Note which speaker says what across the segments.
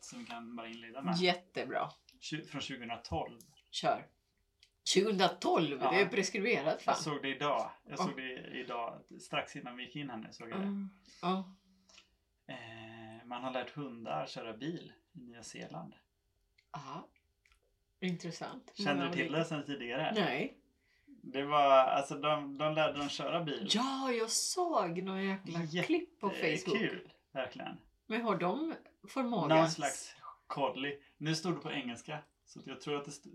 Speaker 1: som vi kan bara inleda med.
Speaker 2: Jättebra.
Speaker 1: Tju- Från 2012.
Speaker 2: Kör. 2012,
Speaker 1: Ja. Alltså,
Speaker 2: det är preskriberat fan.
Speaker 1: Jag såg det idag. Jag
Speaker 2: Ja.
Speaker 1: såg det idag. Strax innan vi gick in här nu såg jag det.
Speaker 2: Mm. Ja.
Speaker 1: Eh, man har lärt hundar köra bil i Nya Zeeland.
Speaker 2: Aha. Intressant.
Speaker 1: Kände
Speaker 2: Många
Speaker 1: du till
Speaker 2: olika-
Speaker 1: det sen tidigare?
Speaker 2: Nej.
Speaker 1: Det var, alltså de, de lärde dem köra bil.
Speaker 2: Ja, jag såg några jäkla
Speaker 1: Jätte-
Speaker 2: klipp på
Speaker 1: Eh,
Speaker 2: Facebook.
Speaker 1: Kul, verkligen.
Speaker 2: Men har de förmåga?
Speaker 1: Någon slags collie. Nu stod det på engelska. Så att jag tror att det stod,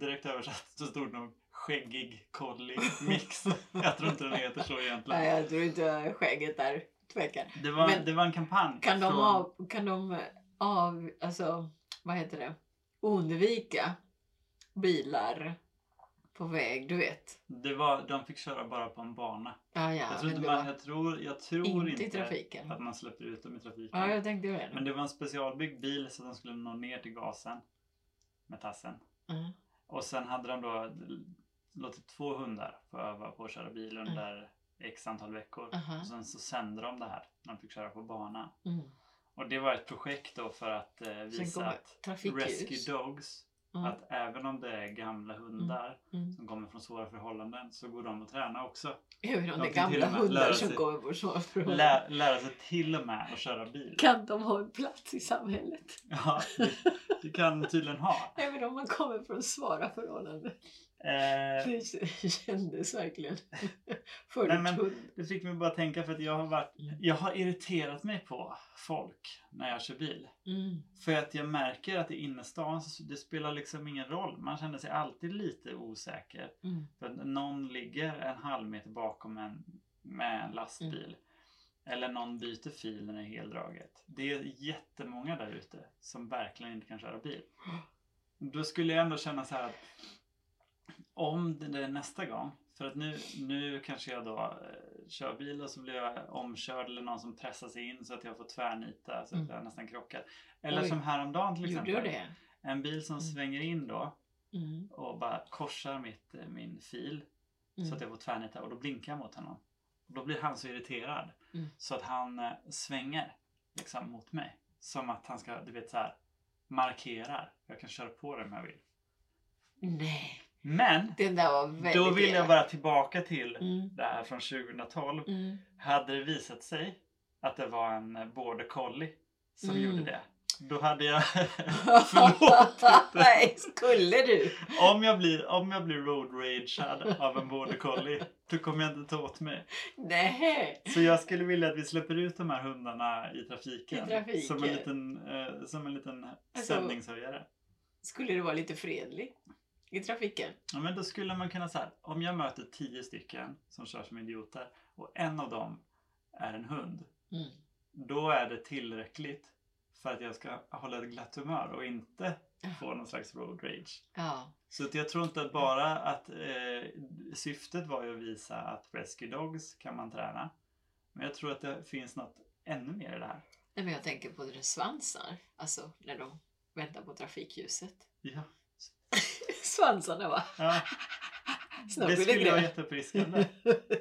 Speaker 1: direkt översatt så stod det nog skäggig collie mix. jag tror inte den heter så egentligen.
Speaker 2: Nej, jag tror inte skägget där tvekar.
Speaker 1: Det var,
Speaker 2: Men-
Speaker 1: det var en kampanj.
Speaker 2: Kan de,
Speaker 1: från-
Speaker 2: av, kan de av, alltså, vad heter det, undvika bilar på väg, du vet?
Speaker 1: Det var, de fick köra bara på en bana.
Speaker 2: Ja, ja,
Speaker 1: jag tror
Speaker 2: men
Speaker 1: inte,
Speaker 2: det
Speaker 1: man,
Speaker 2: var
Speaker 1: jag tror, jag tror
Speaker 2: inte
Speaker 1: inte,
Speaker 2: i trafiken.
Speaker 1: att man släppte ut dem i trafiken.
Speaker 2: Ja, jag tänkte ju det.
Speaker 1: Men det var en specialbyggd bil så de skulle nå ner till gasen med tassen.
Speaker 2: Mm.
Speaker 1: Och sen hade de då låtit två hundar få öva på att köra bil under x antal veckor.
Speaker 2: Aha.
Speaker 1: Och sen så sände de det här när de fick köra på bana.
Speaker 2: Mm.
Speaker 1: Och det var ett projekt då för att eh, visa
Speaker 2: kommer
Speaker 1: att
Speaker 2: trafikljus.
Speaker 1: Rescue Dogs,
Speaker 2: Mm.
Speaker 1: att även om det är gamla hundar
Speaker 2: Mm.
Speaker 1: som kommer från svåra förhållanden så går de att träna också.
Speaker 2: Hur om
Speaker 1: De
Speaker 2: det
Speaker 1: kan till
Speaker 2: gamla
Speaker 1: och med lära
Speaker 2: hundar som
Speaker 1: sig-
Speaker 2: går på så
Speaker 1: Lä, lära sig till och med att köra bil.
Speaker 2: Mm. Kan de ha en plats i samhället?
Speaker 1: Ja, det, det kan tydligen ha.
Speaker 2: Även om man kommer från svåra förhållanden.
Speaker 1: Äh. Eh,
Speaker 2: Det kändes verkligen förut.
Speaker 1: Nej, men- Det fick mig bara tänka för att jag har varit Jag har irriterat mig på folk när jag kör bil.
Speaker 2: Mm.
Speaker 1: För att jag märker att i innerstan så det spelar liksom ingen roll. Man känner sig alltid lite osäker.
Speaker 2: Mm.
Speaker 1: För att någon ligger en halv meter bakom en med en
Speaker 2: Mm.
Speaker 1: lastbil. Eller någon byter fil när det är heldraget. Det är jättemånga där ute som verkligen inte kan köra bil. Då skulle jag ändå känna så här att om det är nästa gång, för att nu, nu kanske jag då eh, kör bil och så blir jag omkörd eller någon som pressar sig in så att jag får tvärnita så att
Speaker 2: Mm.
Speaker 1: jag nästan krockar. Eller
Speaker 2: Oj.
Speaker 1: som häromdagen till
Speaker 2: Gjorde
Speaker 1: exempel.
Speaker 2: du det?
Speaker 1: En bil som
Speaker 2: Mm.
Speaker 1: svänger in då
Speaker 2: Mm.
Speaker 1: och bara korsar mitt, eh, min fil så
Speaker 2: Mm.
Speaker 1: att jag får tvärnita och då blinkar jag mot honom. Och då blir han så irriterad
Speaker 2: Mm.
Speaker 1: så att han eh, svänger liksom mot mig. Som att han ska, du vet så här, markerar. Jag kan köra på det om jag vill.
Speaker 2: Nej,
Speaker 1: Men
Speaker 2: den där var väldigt
Speaker 1: då vill jag
Speaker 2: elak.
Speaker 1: bara tillbaka till
Speaker 2: Mm.
Speaker 1: det här från 2012.
Speaker 2: Mm.
Speaker 1: Hade det visat sig att det var en eh, border collie som
Speaker 2: Mm.
Speaker 1: gjorde det. Då hade jag förlåtit det.
Speaker 2: Nej, skulle du?
Speaker 1: Om jag blir, om jag blir road ragead av en border collie, då kommer jag inte ta åt mig.
Speaker 2: Nej.
Speaker 1: Så jag skulle vilja att vi släpper ut de här hundarna i trafiken.
Speaker 2: I trafiken.
Speaker 1: Som en liten, eh, som en liten
Speaker 2: Alltså-
Speaker 1: stämningshöjare.
Speaker 2: Skulle du vara lite fredlig i trafiken?
Speaker 1: Ja, men då skulle man kunna säga, om jag möter tio stycken som kör som idioter och en av dem är en hund.
Speaker 2: Mm.
Speaker 1: Då är det tillräckligt för att jag ska hålla ett glatt humör och inte få någon slags road rage.
Speaker 2: Ja.
Speaker 1: Så att jag tror inte att bara att eh, syftet var ju att visa att rescue dogs kan man träna. Men jag tror att det finns något ännu mer i det här.
Speaker 2: Nej, men jag tänker på deras svansar, alltså när de väntar på trafikljuset.
Speaker 1: Ja.
Speaker 2: Svansarna va?
Speaker 1: Ja, det
Speaker 2: Snabbt blir
Speaker 1: skulle vara
Speaker 2: det
Speaker 1: jätteuppfriskande.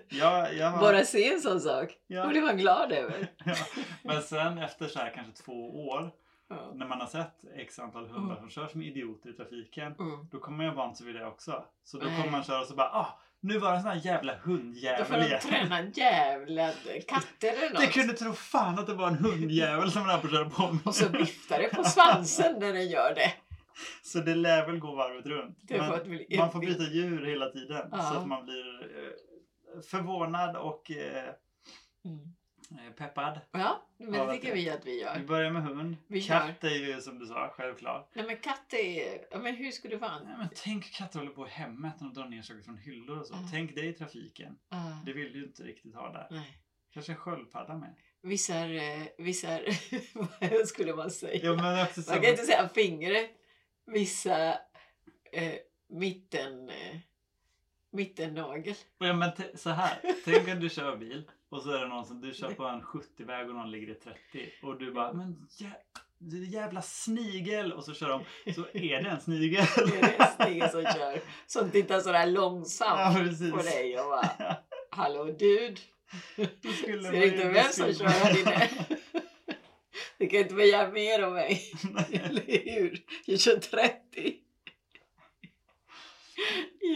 Speaker 1: Ja, jag har,
Speaker 2: Bara se en sån sak. Då
Speaker 1: ja,
Speaker 2: blir man glad över.
Speaker 1: ja. Men sen efter så här kanske två år,
Speaker 2: Ja.
Speaker 1: när man har sett x antal hundar som kör som idioter i trafiken,
Speaker 2: Mm.
Speaker 1: då kommer jag vant sig vid det också. Så då
Speaker 2: Nej.
Speaker 1: kommer man köra och så bara ah, nu var det en sån här jävla
Speaker 2: Mm. Då får
Speaker 1: hundjävel
Speaker 2: de
Speaker 1: igen.
Speaker 2: träna jävla katter eller något.
Speaker 1: Det kunde tro fan att det var en hundjävel som höll på att köra på mig.
Speaker 2: Och så viftar det på svansen när den gör det.
Speaker 1: Så det lär väl gå varvet runt.
Speaker 2: det
Speaker 1: Men
Speaker 2: får att bli-
Speaker 1: man får byta djur hela tiden
Speaker 2: Ja.
Speaker 1: så att man blir eh, förvånad och eh,
Speaker 2: Mm.
Speaker 1: peppad.
Speaker 2: Ja, men
Speaker 1: Ja,
Speaker 2: det tycker
Speaker 1: verkligen.
Speaker 2: vi att vi
Speaker 1: Vi
Speaker 2: gör.
Speaker 1: börjar med hund.
Speaker 2: Vi
Speaker 1: Katt är ju som du sa, självklart.
Speaker 2: Nej men katt är... Ja, men hur skulle det vara?
Speaker 1: Nej, men tänk hur katter håller på i hemmet när de drar ner saker från hyllor och så.
Speaker 2: Ja.
Speaker 1: Tänk dig i trafiken.
Speaker 2: Ah,
Speaker 1: Det vill du ju inte riktigt ha där.
Speaker 2: nej.
Speaker 1: Kanske en sköldpadda med.
Speaker 2: Vissa... är, eh, Vissa... är- vad skulle man säga?
Speaker 1: Ja, men också
Speaker 2: man
Speaker 1: som,
Speaker 2: kan inte säga fingret. Vissa... Eh, mitten... Eh, mittennagel.
Speaker 1: ja, men t- så här. Tänk om du kör bil och så är det någon som du kör på en 70-väg och någon ligger i 30 och du bara men jä- det är jävla snigel och så kör de så är det en snigel.
Speaker 2: Det är en snigel som kör. Som tittar sådär
Speaker 1: Ja,
Speaker 2: långsamt
Speaker 1: precis.
Speaker 2: på dig och bara... Hallå dude!
Speaker 1: Då skulle
Speaker 2: Ser
Speaker 1: man
Speaker 2: du inte
Speaker 1: ju-
Speaker 2: vem
Speaker 1: skulle-
Speaker 2: som kör här inne? Det kan inte begära mer av mig. Eller hur? Jag kör 30.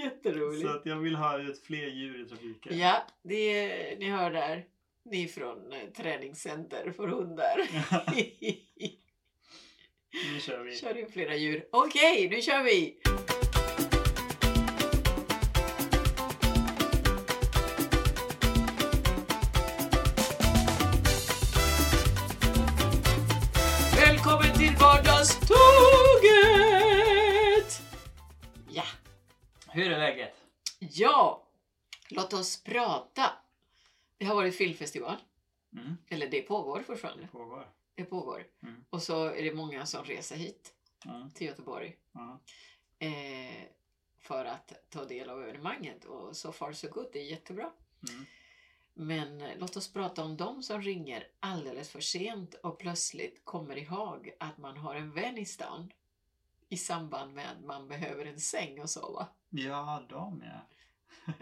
Speaker 2: Jätteroligt.
Speaker 1: Så att jag vill ha ut fler djur i trafiken.
Speaker 2: Ja, det är, ni hör där. Ni är från eh, träningscenter för hundar.
Speaker 1: nu kör vi.
Speaker 2: kör in flera djur. Okej, nu kör vi! Välkommen till vardagståget! Ja,
Speaker 1: Hur är läget?
Speaker 2: ja, låt oss prata. Det har varit filmfestival,
Speaker 1: Mm,
Speaker 2: eller det pågår fortfarande.
Speaker 1: det pågår.
Speaker 2: Det pågår.
Speaker 1: Mm.
Speaker 2: Och så är det många som reser hit
Speaker 1: Ja,
Speaker 2: till Göteborg
Speaker 1: ja.
Speaker 2: eh, för att ta del av evenemanget. Och so far so good, det är jättebra.
Speaker 1: Mm.
Speaker 2: Men eh, låt oss prata om de som ringer alldeles för sent och plötsligt kommer ihåg att man har en vän i stan i samband med att man behöver en säng och sova.
Speaker 1: ja, de ja.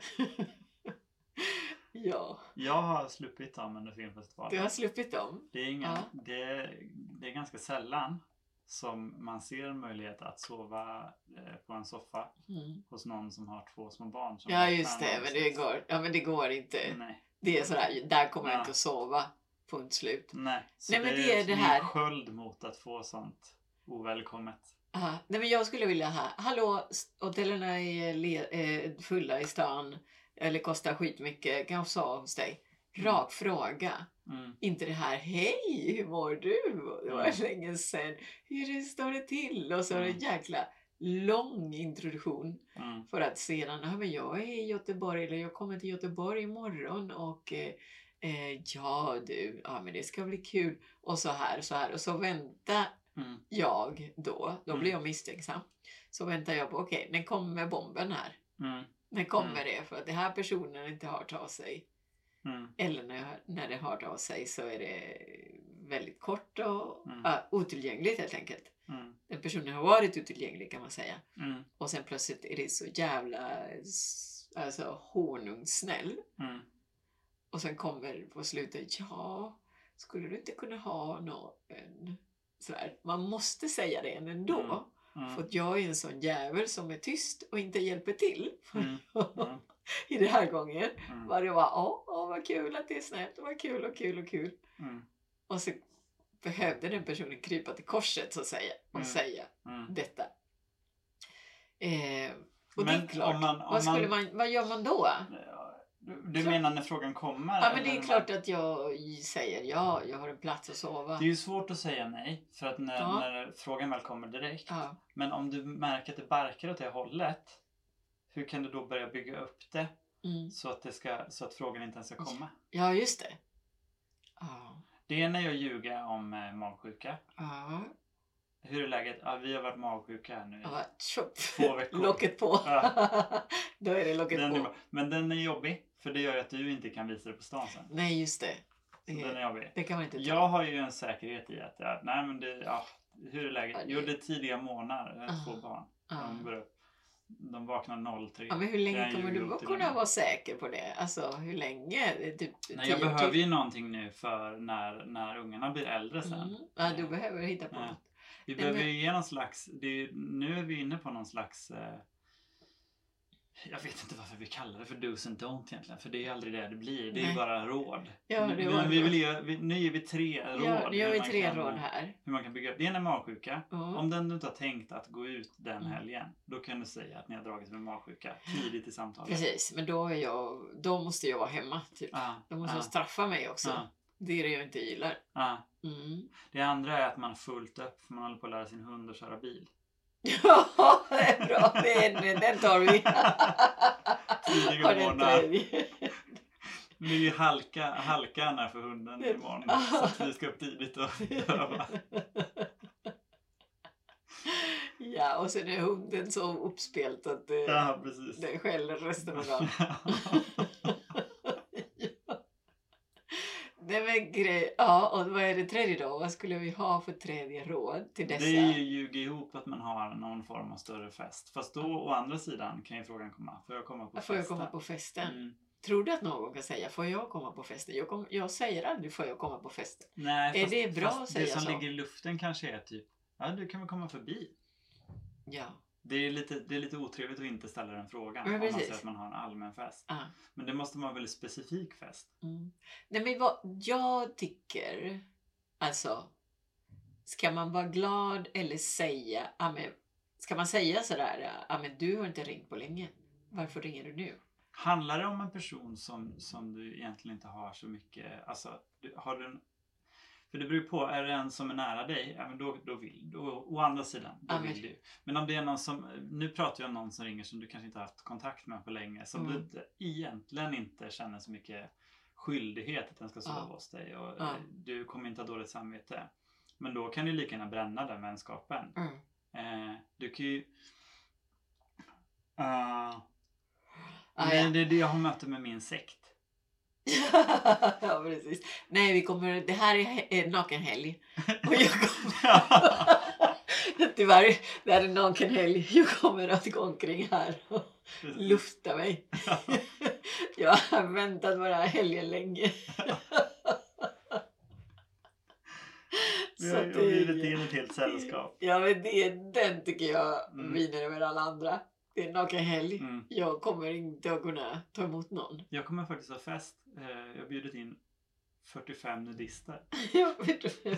Speaker 2: ja,
Speaker 1: Jag har sluppit dem under filmfestivalen.
Speaker 2: du har sluppit dem.
Speaker 1: Det är, ingen,
Speaker 2: Ja.
Speaker 1: det, det är ganska sällan som man ser en möjlighet att sova eh, på en soffa
Speaker 2: Mm.
Speaker 1: hos någon som har två små barn. Som
Speaker 2: Ja,
Speaker 1: har
Speaker 2: just det,
Speaker 1: tränar
Speaker 2: men det går, ja, men det går inte.
Speaker 1: Nej,
Speaker 2: Det är sådär, där kommer jag
Speaker 1: Ja.
Speaker 2: inte att sova. Punkt slut.
Speaker 1: nej. Så
Speaker 2: Nej, men
Speaker 1: det
Speaker 2: det
Speaker 1: är
Speaker 2: är det
Speaker 1: min
Speaker 2: här.
Speaker 1: sköld mot att få sånt ovälkommet.
Speaker 2: Ja, nej men jag skulle vilja ha, hallå, s- hotellerna är le, eh, fulla i stan eller kostar skitmycket, kan jag sova hos dig? Rak fråga.
Speaker 1: Mm.
Speaker 2: Inte det här, hej, hur mår du? Det var
Speaker 1: Mm.
Speaker 2: länge sedan. Hur står det till? Och så var det en jäkla lång introduktion
Speaker 1: Mm.
Speaker 2: för att sedan, ja men jag är i Göteborg eller jag kommer till Göteborg imorgon och eh, eh, ja du, ja men det ska bli kul och så här, så här och så vänta
Speaker 1: Mm.
Speaker 2: jag då, då
Speaker 1: Mm.
Speaker 2: blir jag misstänksam. Så väntar jag på, okej, när kommer bomben här?
Speaker 1: Mm.
Speaker 2: När kommer det? För att den här personen inte har hört av sig.
Speaker 1: Mm.
Speaker 2: Eller när, jag- när det har hört av sig så är det väldigt kort och
Speaker 1: Mm.
Speaker 2: ja, otillgängligt helt enkelt.
Speaker 1: Mm.
Speaker 2: Den personen har varit otillgänglig kan man säga.
Speaker 1: Mm.
Speaker 2: Och sen plötsligt är det så jävla s- alltså, honungssnäll.
Speaker 1: Mm.
Speaker 2: Och sen kommer på slutet, ja, skulle du inte kunna ha någon? Sådär. Man måste säga det ändå.
Speaker 1: Mm.
Speaker 2: För
Speaker 1: Mm.
Speaker 2: att jag är en sån jävel som är tyst och inte hjälper till.
Speaker 1: Mm. Mm.
Speaker 2: I den här gången
Speaker 1: Mm.
Speaker 2: var det bara åh, åh vad kul att det är snällt, vad kul och kul och kul.
Speaker 1: Mm.
Speaker 2: Och så behövde den personen krypa till korset så att säga och
Speaker 1: Mm.
Speaker 2: säga
Speaker 1: Mm.
Speaker 2: detta. Eh, och det
Speaker 1: Men
Speaker 2: är klart,
Speaker 1: om man- om
Speaker 2: vad, skulle man, vad gör man då?
Speaker 1: Du, du
Speaker 2: Klart.
Speaker 1: menar när frågan kommer?
Speaker 2: Ja men
Speaker 1: eller
Speaker 2: det är
Speaker 1: när-
Speaker 2: klart att jag säger ja, jag har en plats att sova.
Speaker 1: Det är ju svårt att säga nej för att när,
Speaker 2: Ja.
Speaker 1: när frågan väl kommer direkt
Speaker 2: Ja,
Speaker 1: Men om du märker att det barkar åt det hållet, hur kan du då börja bygga upp det
Speaker 2: mm.
Speaker 1: så att, det ska, så att frågan inte ens ska komma?
Speaker 2: ja just det. Ja,
Speaker 1: Det ena är att ljuga om eh, magsjuka.
Speaker 2: ja,
Speaker 1: Hur är läget? Ja, vi har varit magsjuka här nu. i
Speaker 2: ja. Tjopp.
Speaker 1: Två veckor.
Speaker 2: Locket på. Då är det locket
Speaker 1: Den
Speaker 2: på.
Speaker 1: är, bra. men den är jobbig, för det gör ju att du inte kan visa det på stan sen.
Speaker 2: Nej, just det.
Speaker 1: Så den
Speaker 2: Det,
Speaker 1: är jobbig.
Speaker 2: det kan man inte ta.
Speaker 1: Jag har ju en säkerhet i att, ja, nej men det, ja, hur är läget?
Speaker 2: Ja, det-
Speaker 1: Jo, det är tidiga månader, jag har två
Speaker 2: Ah.
Speaker 1: barn.
Speaker 2: ja.
Speaker 1: De går upp. De vaknar 03.
Speaker 2: ja, men hur
Speaker 1: Jag
Speaker 2: länge
Speaker 1: ljuger
Speaker 2: kommer du
Speaker 1: upp
Speaker 2: att
Speaker 1: till
Speaker 2: kunna
Speaker 1: den.
Speaker 2: vara säker på det? Alltså, hur länge? Det är Typ
Speaker 1: Nej, jag
Speaker 2: tio
Speaker 1: behöver
Speaker 2: till-
Speaker 1: ju någonting nu för när, när ungarna blir äldre sen.
Speaker 2: Mm. Ja, du behöver hitta på
Speaker 1: Ja.
Speaker 2: något.
Speaker 1: Vi
Speaker 2: Nej,
Speaker 1: behöver
Speaker 2: men-
Speaker 1: ju ge någon slags, det är, ju- nu är vi inne på någon slags, eh, jag vet inte varför vi kallar det för do's and don't egentligen, för det är ju aldrig det det blir, det är ju
Speaker 2: Nej.
Speaker 1: bara råd.
Speaker 2: Ja, det
Speaker 1: Nu-
Speaker 2: var
Speaker 1: men vi
Speaker 2: bra.
Speaker 1: vill ge, vi, nu ger vi tre råd.
Speaker 2: Ja, nu gör
Speaker 1: hur
Speaker 2: vi
Speaker 1: man
Speaker 2: tre
Speaker 1: kan,
Speaker 2: råd här.
Speaker 1: Hur man kan bygga upp, det ena är magsjuka.
Speaker 2: Ja.
Speaker 1: Om den du inte har tänkt att gå ut den
Speaker 2: Mm.
Speaker 1: helgen, då kan du säga att ni har dragit med magsjuka tidigt i samtalet.
Speaker 2: Precis, men då, är jag, då måste jag vara hemma. Typ.
Speaker 1: Ah,
Speaker 2: Då måste jag
Speaker 1: ah,
Speaker 2: straffa mig också.
Speaker 1: ah,
Speaker 2: Det är det jag inte gillar.
Speaker 1: ah.
Speaker 2: Mm.
Speaker 1: Det andra är att man har fullt upp för man håller på att lära sin hund att köra bil.
Speaker 2: Ja, det är bra. Den, den tar vi.
Speaker 1: Tidiga
Speaker 2: Och den
Speaker 1: morgnar.
Speaker 2: tredje.
Speaker 1: Nu är ju halka, halkan här för hunden
Speaker 2: Det-
Speaker 1: imorgon. Så att vi ska upp tidigt och öva.
Speaker 2: ja, och sen är hunden så uppspelt att eh,
Speaker 1: Ja, precis.
Speaker 2: den skäller resten av dagen. Nej men grej, ja och vad är det tredje då? Vad skulle vi ha för tredje råd till dessa?
Speaker 1: Det är ju ljuga ihop att man har någon form av större fest. Fast då å andra sidan kan ju frågan komma. Får jag komma på
Speaker 2: Får jag
Speaker 1: festen?
Speaker 2: komma på festen?
Speaker 1: Mm.
Speaker 2: Tror du att någon kan säga får jag komma på festen? Jag, kom, jag säger aldrig får jag komma på festen.
Speaker 1: Nej,
Speaker 2: Är det bra att
Speaker 1: fast det
Speaker 2: säga
Speaker 1: som
Speaker 2: så?
Speaker 1: ligger i luften kanske är typ, ja du kan väl komma förbi.
Speaker 2: Ja.
Speaker 1: Det är lite, det är lite otrevligt att inte ställa den frågan
Speaker 2: Men
Speaker 1: om man
Speaker 2: precis.
Speaker 1: säger att man har en allmän fest.
Speaker 2: Ah.
Speaker 1: Men det måste vara en väldigt specifik fest.
Speaker 2: Mm. Nej, men vad, jag tycker, alltså, ska man vara glad eller säga, ah, men, ska man säga sådär, ah, men du har inte ringt på länge, varför ringer du nu?
Speaker 1: Handlar det om en person som, som du egentligen inte har så mycket, alltså du, har du en, för det beror ju på, är det en som är nära dig, ja men då, då vill du, å andra sidan, då
Speaker 2: Ja, men-
Speaker 1: vill du. Men om det är någon som, nu pratar jag om någon som ringer som du kanske inte har haft kontakt med på länge, som du
Speaker 2: Mm.
Speaker 1: inte, egentligen inte känner så mycket skyldighet att den ska sova
Speaker 2: Ja.
Speaker 1: hos dig och
Speaker 2: Ja.
Speaker 1: eh, du kommer inte ha dåligt samvete. Men då kan du lika gärna bränna den vänskapen.
Speaker 2: Mm.
Speaker 1: Eh, du kan ju... Ah,
Speaker 2: Ah,
Speaker 1: nej,
Speaker 2: ja.
Speaker 1: Det är det jag har möte med min sekt.
Speaker 2: ja, precis. Nej, vi kommer, det här är he- eh, nakenhelg. Och jag kommer... Tyvärr, det här är nakenhelg. Jag kommer att gå omkring här och lufta mig. jag har väntat på den här helgen länge.
Speaker 1: Jag har bjudit in ett helt sällskap.
Speaker 2: Ja, men det, den tycker jag
Speaker 1: Mm.
Speaker 2: vinner över alla andra. Det är nakenhelg.
Speaker 1: Mm.
Speaker 2: Jag kommer inte att kunna ta emot någon.
Speaker 1: Jag kommer faktiskt ha fest. Eh, jag har bjudit in 45 nudister.
Speaker 2: Jag vet inte.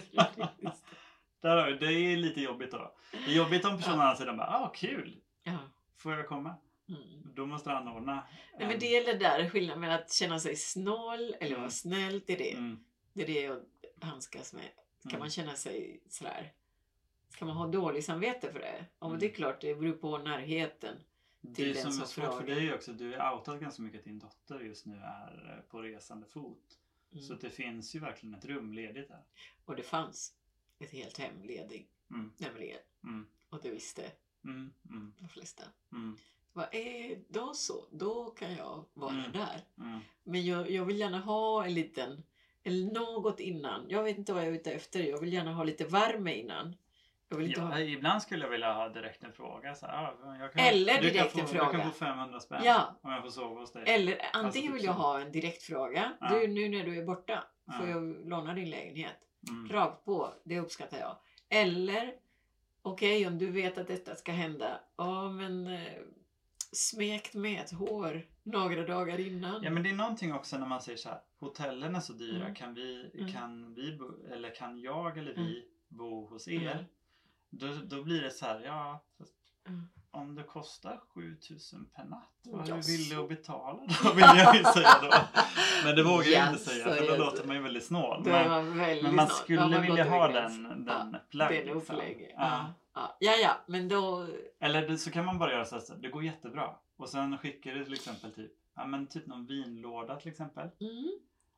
Speaker 1: Där har vi, det är lite jobbigt då. Det är jobbigt om personen å andra sidan bara, ah kul,
Speaker 2: ja.
Speaker 1: får jag komma?
Speaker 2: mm.
Speaker 1: Då måste du anordna.
Speaker 2: Nej, men
Speaker 1: en-
Speaker 2: det är det där skillnaden mellan att känna sig snål eller vara
Speaker 1: Mm.
Speaker 2: snäll. Det är det,
Speaker 1: Mm,
Speaker 2: det, är det jag handskas med. Kan
Speaker 1: mm.
Speaker 2: man känna sig sådär? Ska man ha dåligt samvete för det? Ja, men
Speaker 1: Mm.
Speaker 2: det är klart, det beror på närheten. till
Speaker 1: Det
Speaker 2: den
Speaker 1: som är
Speaker 2: som
Speaker 1: svårt för
Speaker 2: frågar.
Speaker 1: dig också, du är outad ganska mycket att din dotter just nu är eh, på resande fot.
Speaker 2: Mm.
Speaker 1: Så att det finns ju verkligen ett rum ledigt där.
Speaker 2: Och det fanns ett helt hem ledig,
Speaker 1: Mm.
Speaker 2: nämligen.
Speaker 1: Mm.
Speaker 2: Och det visste
Speaker 1: Mm, mm,
Speaker 2: de flesta.
Speaker 1: mm,
Speaker 2: Vad är då så? Då kan jag vara
Speaker 1: Mm.
Speaker 2: där.
Speaker 1: mm.
Speaker 2: Men jag, jag vill gärna ha en liten, eller något innan. Jag vet inte vad jag är ute efter. Jag vill gärna ha lite värme innan. Jag vill inte
Speaker 1: Ja,
Speaker 2: ha
Speaker 1: ibland skulle jag vilja ha direkt en fråga. Så här, ah, jag kan,
Speaker 2: Eller
Speaker 1: du
Speaker 2: direkt
Speaker 1: kan
Speaker 2: en
Speaker 1: få, Du
Speaker 2: fråga.
Speaker 1: kan få 500 spänn
Speaker 2: Ja.
Speaker 1: om jag får sova hos dig.
Speaker 2: Eller antingen
Speaker 1: typ
Speaker 2: vill jag
Speaker 1: så.
Speaker 2: ha en direkt fråga.
Speaker 1: Ja.
Speaker 2: Du, nu när du är borta, får
Speaker 1: Ja.
Speaker 2: jag låna din lägenhet?
Speaker 1: Mm,
Speaker 2: Rakt på, det uppskattar jag. Eller, okej om du vet att detta ska hända, ja men eh, smekt med ett hår några dagar innan.
Speaker 1: Ja men det är någonting också när man säger så här, hotellen är så dyra,
Speaker 2: Mm.
Speaker 1: kan, vi,
Speaker 2: Mm.
Speaker 1: kan, vi bo, eller kan jag eller vi bo hos er?
Speaker 2: Mm.
Speaker 1: Då, då blir det så här, ja fast
Speaker 2: Mm.
Speaker 1: om det kostar 7000 per natt,
Speaker 2: Mm,
Speaker 1: vad
Speaker 2: ja,
Speaker 1: är du villig
Speaker 2: så.
Speaker 1: att betala då? Vill jag ju säga då. Men det vågar jag
Speaker 2: Ja,
Speaker 1: inte säga
Speaker 2: så
Speaker 1: för då
Speaker 2: är det.
Speaker 1: låter man ju väldigt snål.
Speaker 2: Då
Speaker 1: Men-
Speaker 2: är man väldigt
Speaker 1: Men man
Speaker 2: snart- då
Speaker 1: skulle
Speaker 2: har man
Speaker 1: vilja
Speaker 2: gått
Speaker 1: ha
Speaker 2: över
Speaker 1: den,
Speaker 2: gränsen.
Speaker 1: den
Speaker 2: Ja,
Speaker 1: plagg.
Speaker 2: den
Speaker 1: liksom.
Speaker 2: upplägg.
Speaker 1: Ja.
Speaker 2: Ja. Ja. ja, ja, men då...
Speaker 1: Eller det- så kan man bara göra så här, det går jättebra. Och sen skickar du till exempel typ, ja, men typ någon vinlåda till exempel.
Speaker 2: Mm.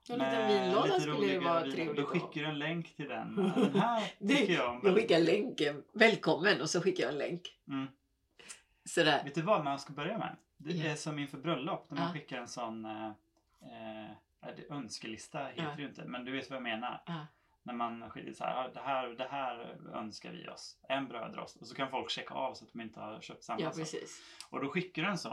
Speaker 2: En liten
Speaker 1: Med
Speaker 2: vinlåda
Speaker 1: lite
Speaker 2: skulle ju
Speaker 1: roliga
Speaker 2: vara
Speaker 1: viner.
Speaker 2: trevligt
Speaker 1: Då
Speaker 2: att ha.
Speaker 1: skickar du en länk till den. Ja, Den här
Speaker 2: Det-
Speaker 1: tycker jag om.
Speaker 2: Jag
Speaker 1: väldigt
Speaker 2: skickar
Speaker 1: mycket.
Speaker 2: länken. Välkommen! Och så skickar jag en länk.
Speaker 1: Mm.
Speaker 2: Sådär.
Speaker 1: Vet du vad man ska börja med? Det
Speaker 2: Ja.
Speaker 1: är som inför bröllop när man
Speaker 2: Ja.
Speaker 1: skickar en sån eh, eh, ja, det- önskelista heter
Speaker 2: Ja.
Speaker 1: det ju inte, men du vet vad jag menar.
Speaker 2: Ja.
Speaker 1: När man skickar så här, "Ja, det här, det här önskar vi oss. En brödrost. Och så kan folk checka av så att de inte har köpt samma
Speaker 2: Ja,
Speaker 1: sak.
Speaker 2: precis.
Speaker 1: Och då skickar du en sån.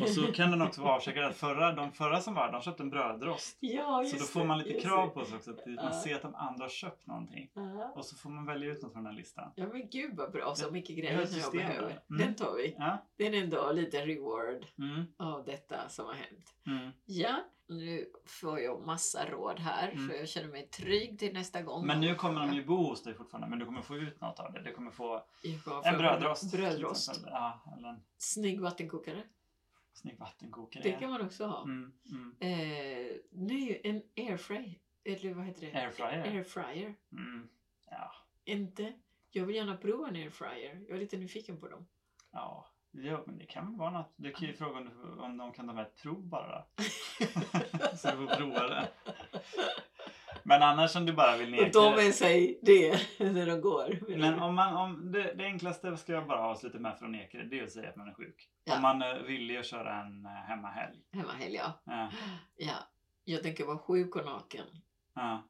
Speaker 1: alltså. Och så kan den också vara avcheckad att förra, de förra som var de köpte en brödrost.
Speaker 2: ja,
Speaker 1: Så
Speaker 2: just
Speaker 1: då får
Speaker 2: det,
Speaker 1: man lite
Speaker 2: just
Speaker 1: krav
Speaker 2: det.
Speaker 1: på sig också. Att
Speaker 2: Ja.
Speaker 1: man ser att de andra har köpt någonting.
Speaker 2: Ja.
Speaker 1: Och så får man välja ut något från den här listan.
Speaker 2: Ja men gud vad bra, så mycket
Speaker 1: har
Speaker 2: grejer
Speaker 1: ett
Speaker 2: som jag
Speaker 1: system där.
Speaker 2: behöver.
Speaker 1: Mm.
Speaker 2: Den tar vi.
Speaker 1: Ja.
Speaker 2: Det är ändå lite reward
Speaker 1: Mm.
Speaker 2: av detta som har hänt.
Speaker 1: Mm.
Speaker 2: Ja, nu får jag massa råd här
Speaker 1: Mm.
Speaker 2: för jag känner mig trygg till nästa gång.
Speaker 1: Men nu kommer de ju bo hos dig fortfarande. Men du kommer få ut något av det. Du kommer få
Speaker 2: Jag får-
Speaker 1: en brödrost. till
Speaker 2: brödrost.
Speaker 1: exempel. Ja, eller en
Speaker 2: Snygg vattenkokare.
Speaker 1: snygg vattenkokare.
Speaker 2: Det kan man också ha.
Speaker 1: mm. Mm.
Speaker 2: Eh, nu en airfryer. Eller vad heter det?
Speaker 1: Airfryer.
Speaker 2: Airfryer.
Speaker 1: Mm. Ja.
Speaker 2: Inte. Jag vill gärna prova en airfryer. Jag är lite nyfiken på dem.
Speaker 1: ja. Ja, men det kan väl vara något. Du kan ju fråga om, du, om de kan ta med ett prov bara. så du får prova det. Men annars om du bara vill
Speaker 2: Och
Speaker 1: neka
Speaker 2: ta
Speaker 1: det-
Speaker 2: med sig det när de går.
Speaker 1: Men om man, om det, det enklaste ska jag bara avsluta med från Ekerö, det är att säga att man är sjuk.
Speaker 2: Ja.
Speaker 1: Om man eh, vill ju köra en eh, hemmahelg. Eh,
Speaker 2: Hemmahelg, ja.
Speaker 1: Ja,
Speaker 2: ja. Jag tänker vara sjuk och naken.
Speaker 1: ja.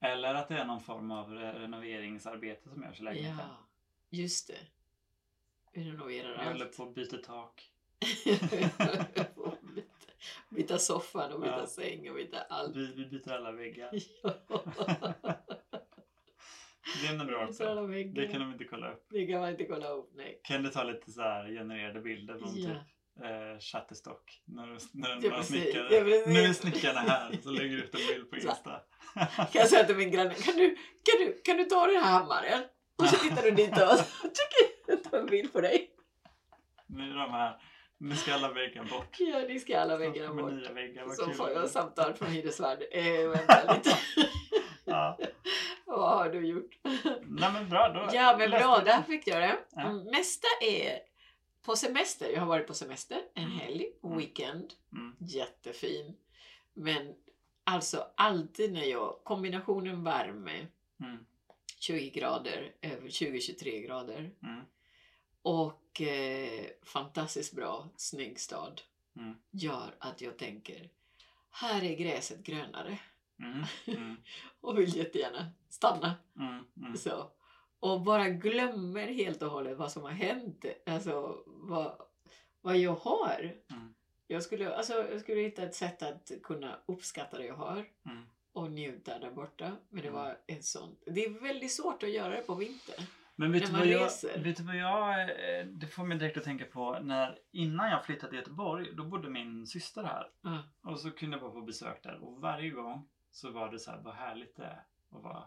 Speaker 1: Eller att det är någon form av re- renoveringsarbete som görs i lägenheten.
Speaker 2: Ja, just det. Vi renoverar
Speaker 1: Vi håller
Speaker 2: allt.
Speaker 1: på att byta tak.
Speaker 2: Jag håller på lite. byta soffan och byta
Speaker 1: Ja.
Speaker 2: säng och byta allt.
Speaker 1: Vi, vi byter alla väggar.
Speaker 2: Ja.
Speaker 1: Det är bra
Speaker 2: Byta alla
Speaker 1: också.
Speaker 2: väggar.
Speaker 1: Det kan de inte kolla upp.
Speaker 2: det kan man inte kolla upp. Nej.
Speaker 1: Kan du ta lite så här genererade bilder från
Speaker 2: Ja.
Speaker 1: typ eh, Shutterstock? När, du- när
Speaker 2: Ja,
Speaker 1: några
Speaker 2: precis.
Speaker 1: snickare...
Speaker 2: Ja, precis.
Speaker 1: nu är snickarna här! Så lägger du ut en bild på
Speaker 2: Så här.
Speaker 1: Insta.
Speaker 2: Kan jag säga till min granne, kan du, kan du, kan du ta den här hammaren? Och så tittar du dit och så tycker jag tar en bild på dig.
Speaker 1: Nu är de här. Nu ska alla väggar bort.
Speaker 2: Ja, ni ska alla väggarna
Speaker 1: kommer
Speaker 2: bort.
Speaker 1: nya väggar. Vad
Speaker 2: Så
Speaker 1: kul.
Speaker 2: får jag samtal från hyresvärd. Eh, vänta lite.
Speaker 1: Ja.
Speaker 2: Vad har du gjort?
Speaker 1: Nej men bra då.
Speaker 2: Ja, men
Speaker 1: löste
Speaker 2: bra,
Speaker 1: vi
Speaker 2: där
Speaker 1: det.
Speaker 2: fick jag det.
Speaker 1: Ja.
Speaker 2: Mm, Nästa är på semester. Jag har varit på semester en
Speaker 1: Mm.
Speaker 2: helg,
Speaker 1: Mm.
Speaker 2: weekend.
Speaker 1: Mm.
Speaker 2: Jättefin. Men alltså alltid när jag, kombinationen värme,
Speaker 1: Mm.
Speaker 2: 20 grader, eh, över 20-23 grader.
Speaker 1: Mm.
Speaker 2: Och eh, fantastiskt bra, snygg stad.
Speaker 1: Mm.
Speaker 2: Gör att jag tänker, här är gräset grönare
Speaker 1: Mm. Mm.
Speaker 2: och vill jättegärna stanna.
Speaker 1: Mm. Mm.
Speaker 2: Så. Och bara glömmer helt och hållet vad som har hänt. Alltså vad, vad jag har.
Speaker 1: Mm.
Speaker 2: Jag, skulle, alltså, jag skulle hitta ett sätt att kunna uppskatta det jag har
Speaker 1: Mm.
Speaker 2: och njuta där borta. Men det
Speaker 1: Mm.
Speaker 2: var en sån... Det är väldigt svårt att göra det på vintern.
Speaker 1: Men vet
Speaker 2: När
Speaker 1: du,
Speaker 2: man
Speaker 1: vad jag,
Speaker 2: reser.
Speaker 1: vet du vad jag... eh, Det får mig direkt att tänka på när innan jag flyttade till Göteborg, då bodde min syster här.
Speaker 2: Ja.
Speaker 1: Och så kunde jag vara på besök där och varje gång så var det så här, vad härligt det är att vara,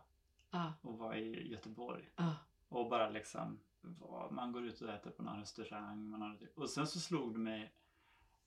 Speaker 2: Ja,
Speaker 1: att vara i Göteborg.
Speaker 2: ja,
Speaker 1: Och bara liksom, vad- man går ut och äter på någon restaurang. Man har, och sen så slog det mig,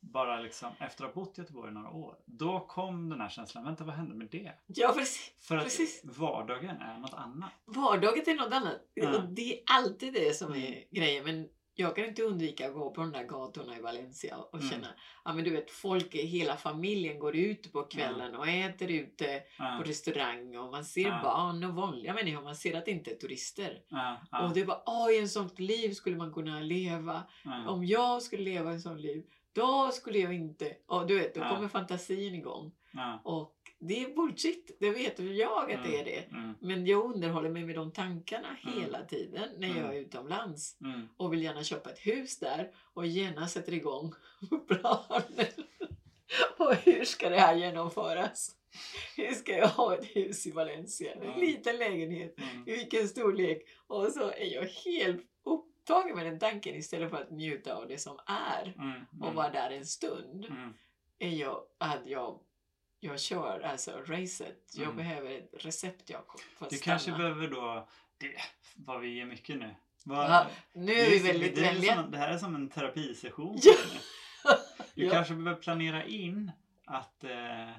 Speaker 1: bara liksom efter att ha bott i Göteborg några år, då kom den här känslan, vänta vad hände med det?
Speaker 2: ja precis.
Speaker 1: För att
Speaker 2: Precis.
Speaker 1: vardagen är något annat.
Speaker 2: Vardagen är något annat.
Speaker 1: Ja.
Speaker 2: Och det är alltid det som är
Speaker 1: Mm.
Speaker 2: grejen. Men jag kan inte undvika att gå på de där gatorna i Valencia och
Speaker 1: Mm.
Speaker 2: känna, ja men du vet, folk, är- hela familjen går ut på kvällen och äter ute
Speaker 1: Ja,
Speaker 2: på restaurang och man ser
Speaker 1: Ja.
Speaker 2: barn och vanliga människor. Man ser att det inte är turister.
Speaker 1: ja, ja,
Speaker 2: Och det är bara, oj, en sånt liv skulle man kunna leva.
Speaker 1: ja.
Speaker 2: Om jag skulle leva en sån liv, då skulle jag inte... Och du vet, då
Speaker 1: Ja.
Speaker 2: kommer fantasin igång.
Speaker 1: ja.
Speaker 2: Och det är bullshit, det vet jag att det är det.
Speaker 1: Mm,
Speaker 2: Men jag underhåller mig med de tankarna
Speaker 1: Mm.
Speaker 2: hela tiden när
Speaker 1: Mm.
Speaker 2: jag är utomlands.
Speaker 1: mm.
Speaker 2: Och vill gärna köpa ett hus där och gärna sätter igång planer. och hur ska det här genomföras? Hur ska jag ha ett hus i Valencia? En
Speaker 1: Ja.
Speaker 2: liten lägenhet.
Speaker 1: Mm.
Speaker 2: I vilken storlek? Och så är jag helt upptagen med den tanken istället för att njuta av det som är
Speaker 1: Mm.
Speaker 2: och vara där en stund.
Speaker 1: Mm.
Speaker 2: Är jag, att jag, jag kör alltså racet. Jag
Speaker 1: Mm.
Speaker 2: behöver ett recept Jakob för att
Speaker 1: Du
Speaker 2: stanna.
Speaker 1: kanske behöver då, det, vad vi ger mycket nu. Vad-
Speaker 2: Ja, Nu är vi väldigt
Speaker 1: det, är
Speaker 2: vänliga.
Speaker 1: som, det här är som en terapisession.
Speaker 2: Ja.
Speaker 1: för dig. Du
Speaker 2: Ja.
Speaker 1: kanske behöver planera in att eh,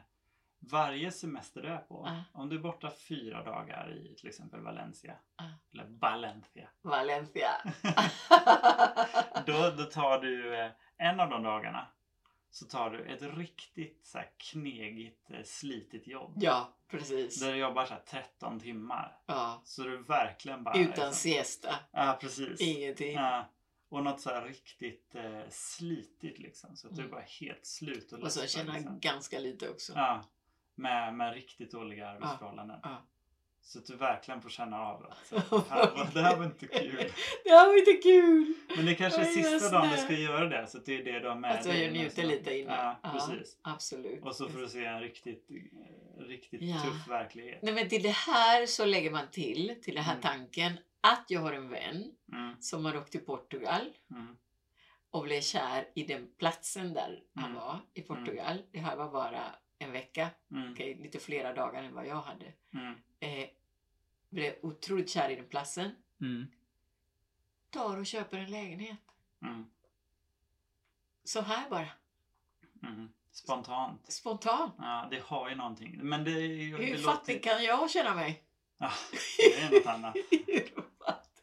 Speaker 1: varje semester du är på,
Speaker 2: Ah.
Speaker 1: om du är borta fyra dagar i till exempel Valencia,
Speaker 2: Ah.
Speaker 1: eller Valencia,
Speaker 2: Valencia.
Speaker 1: då, då tar du eh, en av de dagarna så tar du ett riktigt så här, knegigt, eh, slitigt jobb.
Speaker 2: ja, precis.
Speaker 1: Där du jobbar så här, 13 timmar.
Speaker 2: Ja.
Speaker 1: Så du verkligen bara...
Speaker 2: Utan
Speaker 1: liksom-
Speaker 2: siesta.
Speaker 1: Ja, precis.
Speaker 2: Ingenting.
Speaker 1: Ja. Och något så här riktigt eh, slitigt liksom. Så att du
Speaker 2: Mm.
Speaker 1: bara är helt slut och
Speaker 2: Och så
Speaker 1: ledsen,
Speaker 2: tjäna
Speaker 1: liksom.
Speaker 2: ganska lite också.
Speaker 1: Ja. Med, med riktigt dåliga arbetsförhållanden.
Speaker 2: ja.
Speaker 1: Så att du verkligen får känna av att så här, det, här var, det här var inte kul.
Speaker 2: Det här var inte kul!
Speaker 1: Men det kanske är
Speaker 2: Oj, vad
Speaker 1: sista dagen du
Speaker 2: snäll.
Speaker 1: ska göra det. Så att det är det du har med
Speaker 2: Att jag
Speaker 1: dig
Speaker 2: njuter
Speaker 1: nästan.
Speaker 2: lite innan.
Speaker 1: Ja,
Speaker 2: Ja.
Speaker 1: precis.
Speaker 2: Absolut.
Speaker 1: Och så får du se en riktigt, eh, riktigt
Speaker 2: Ja.
Speaker 1: tuff verklighet.
Speaker 2: Nej, men till det här så lägger man till, till den här
Speaker 1: Mm.
Speaker 2: tanken, att jag har en vän
Speaker 1: Mm,
Speaker 2: som har åkt till Portugal
Speaker 1: mm,
Speaker 2: och blev kär i den platsen där han
Speaker 1: Mm.
Speaker 2: var i Portugal. Det här var bara en vecka,
Speaker 1: mm,
Speaker 2: okej, lite flera dagar än vad jag hade.
Speaker 1: mm,
Speaker 2: Eh, blev otroligt kär i den platsen.
Speaker 1: mm,
Speaker 2: Tar och köper en lägenhet.
Speaker 1: mm,
Speaker 2: Så här bara,
Speaker 1: mm. Spontant.
Speaker 2: spontant.
Speaker 1: Ja, det har ju någonting. Men det, är ju-
Speaker 2: Hur
Speaker 1: det
Speaker 2: fattig kan jag känna mig?
Speaker 1: Ja, det är något annat.
Speaker 2: Hur fattig?